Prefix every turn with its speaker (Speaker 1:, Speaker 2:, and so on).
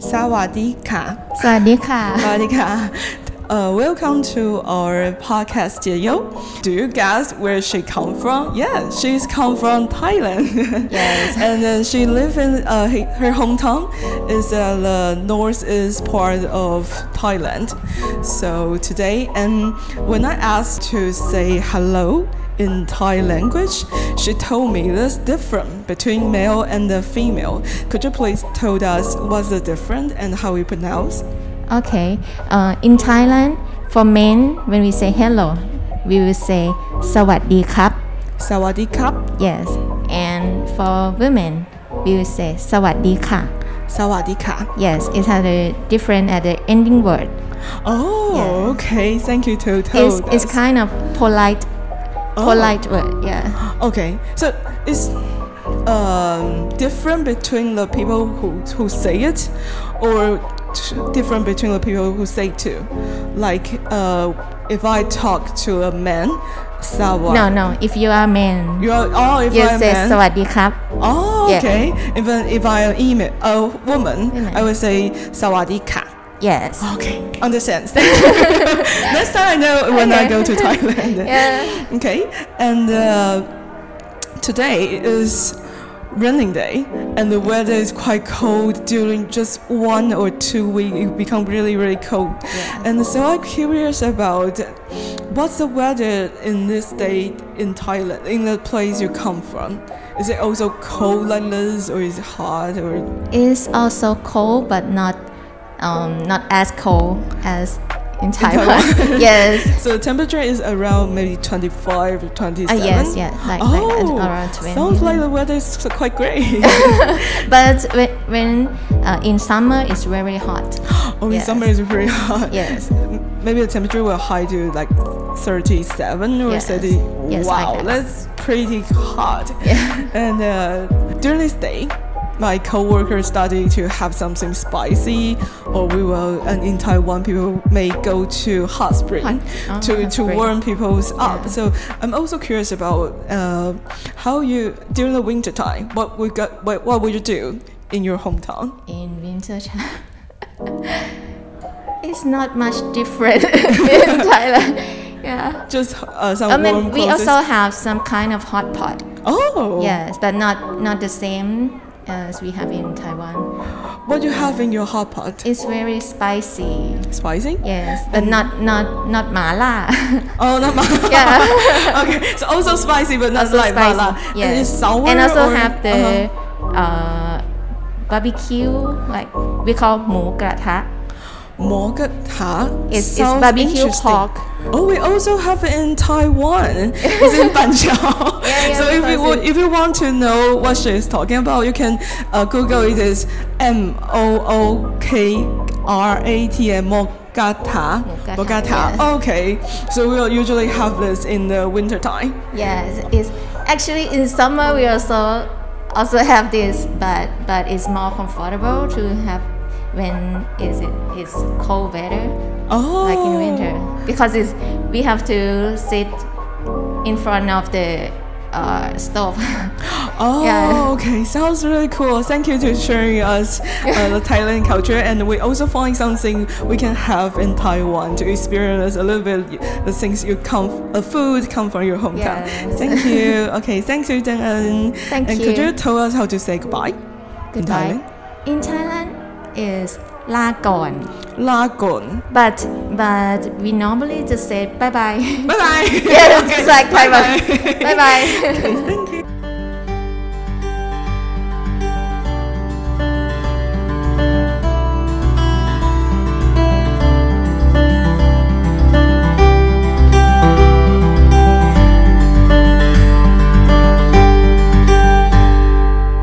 Speaker 1: Sawadika.
Speaker 2: สวัสดีค่ะ
Speaker 1: Sawadika. Uh, welcome to our podcast studio. Do you guess where she come from? Yeah, she's come from Thailand.
Speaker 2: Yes.
Speaker 1: and then she live in uh, he- her hometown is uh, the northeast part of Thailand. So today, and when I asked to say hello in Thai language, she told me there's different between male and the female. Could you please tell us what's the difference and how we pronounce?
Speaker 2: Okay uh, in Thailand for men when we say hello we will say สวัสดีครับ
Speaker 1: Sawadee cup.
Speaker 2: yes and for women we will say สวัสดีค่ะ
Speaker 1: Sawadika.
Speaker 2: yes it has a different at the ending word
Speaker 1: Oh,
Speaker 2: Yeah.
Speaker 1: okay. Thank you, Toto.
Speaker 2: it's, it's kind of polite
Speaker 1: Oh.
Speaker 2: polite word yeah
Speaker 1: okay. So it's um, different between the people who, who say it, or t- different between the people who say too. Like uh, if I talk to a man, Sawa.
Speaker 2: no no if you are man
Speaker 1: You are, oh, if
Speaker 2: you
Speaker 1: I'm a
Speaker 2: say
Speaker 1: man.
Speaker 2: สวัสดีครับ
Speaker 1: Oh,
Speaker 2: Yeah.
Speaker 1: okay. Even if I'm a email, a woman,
Speaker 2: Women.
Speaker 1: I will say Sawadika.
Speaker 2: yes
Speaker 1: Okay, understand. Thank you. Next time I know when I go to Thailand.
Speaker 2: yeah
Speaker 1: Okay, and uh, today is raining day, and the weather is quite cold during just one or two weeks. It become really, really cold, and so I'm curious about what's the weather in this day in Thailand, in the place you come from. Is it also cold like this, or is it hot, or
Speaker 2: It's also cold, but not um, not as cold as in Taiwan. yes.
Speaker 1: So the temperature is around maybe 25 or 27.
Speaker 2: Uh, yes, yes, like, like that, around 20.
Speaker 1: Oh, Sounds like the weather is quite great.
Speaker 2: But when, when uh, in summer, it's very hot.
Speaker 1: Only
Speaker 2: Yes.
Speaker 1: summer is very hot.
Speaker 2: Oh, Yes.
Speaker 1: M- Maybe the temperature will high to like 37 or
Speaker 2: Yes.
Speaker 1: 30.
Speaker 2: Yes, like
Speaker 1: wow,
Speaker 2: that.
Speaker 1: that's pretty hot.
Speaker 2: Yeah.
Speaker 1: And uh, during this day, my coworker started to have something spicy, or we will. And in Taiwan, people may go to hot spring
Speaker 2: Hot- oh,
Speaker 1: to
Speaker 2: hot
Speaker 1: to
Speaker 2: spring.
Speaker 1: warm people's up.
Speaker 2: Yeah.
Speaker 1: So I'm also curious about uh, how you during the winter time. What we got? What, what would you do in your hometown?
Speaker 2: In winter time, it's not much different in Thailand. Yeah.
Speaker 1: Just uh, some
Speaker 2: I
Speaker 1: warm
Speaker 2: mean, we
Speaker 1: clothes.
Speaker 2: also have some kind of hot pot.
Speaker 1: oh
Speaker 2: Yes, but not not the same as we have in Taiwan.
Speaker 1: What you have in your hot pot?
Speaker 2: It's very spicy.
Speaker 1: Spicy?
Speaker 2: Yes, but not not not mala.
Speaker 1: Oh, not mala.
Speaker 2: yeah,
Speaker 1: okay, so also spicy, but not
Speaker 2: also
Speaker 1: like
Speaker 2: spicy.
Speaker 1: mala.
Speaker 2: Yes,
Speaker 1: And it's sour.
Speaker 2: And also
Speaker 1: or- uh-huh.
Speaker 2: have the uh barbecue, like we call หมูกระทะ
Speaker 1: Uh-huh. Mogatha.
Speaker 2: It's, it's
Speaker 1: Sounds
Speaker 2: barbecue
Speaker 1: interesting.
Speaker 2: pork.
Speaker 1: Oh, we also have it in Taiwan. It's in Banjiao.
Speaker 2: Yeah, yeah,
Speaker 1: so if you,
Speaker 2: because
Speaker 1: wa-
Speaker 2: it-
Speaker 1: if you want to know what she is talking about, you can uh, Google it as M O O K R A T M Mogata.
Speaker 2: Mookata,
Speaker 1: Mogata.
Speaker 2: yeah.
Speaker 1: Okay. So we'll usually have this in the winter time.
Speaker 2: Yes, it's actually in summer we also also have this, but but it's more comfortable to have when is it it's cold weather.
Speaker 1: Oh.
Speaker 2: like in winter because it's we have to sit in front of the uh, stove
Speaker 1: Oh,
Speaker 2: Yeah.
Speaker 1: okay. Sounds really cool. Thank you to sharing us uh, the Thailand culture, and we also find something we can have in Taiwan to experience a little bit the things you come, uh, food come from your hometown.
Speaker 2: Yes.
Speaker 1: Thank you. Okay, thank you, Deng En.
Speaker 2: Thank
Speaker 1: and could
Speaker 2: you.
Speaker 1: you tell us how to say goodbye?
Speaker 2: goodbye
Speaker 1: Thailand?
Speaker 2: in Thailand is la gone
Speaker 1: Lagon.
Speaker 2: but but we normally just say bye bye
Speaker 1: Bye bye.
Speaker 2: yes it's like Taiwan bye bye
Speaker 1: Thank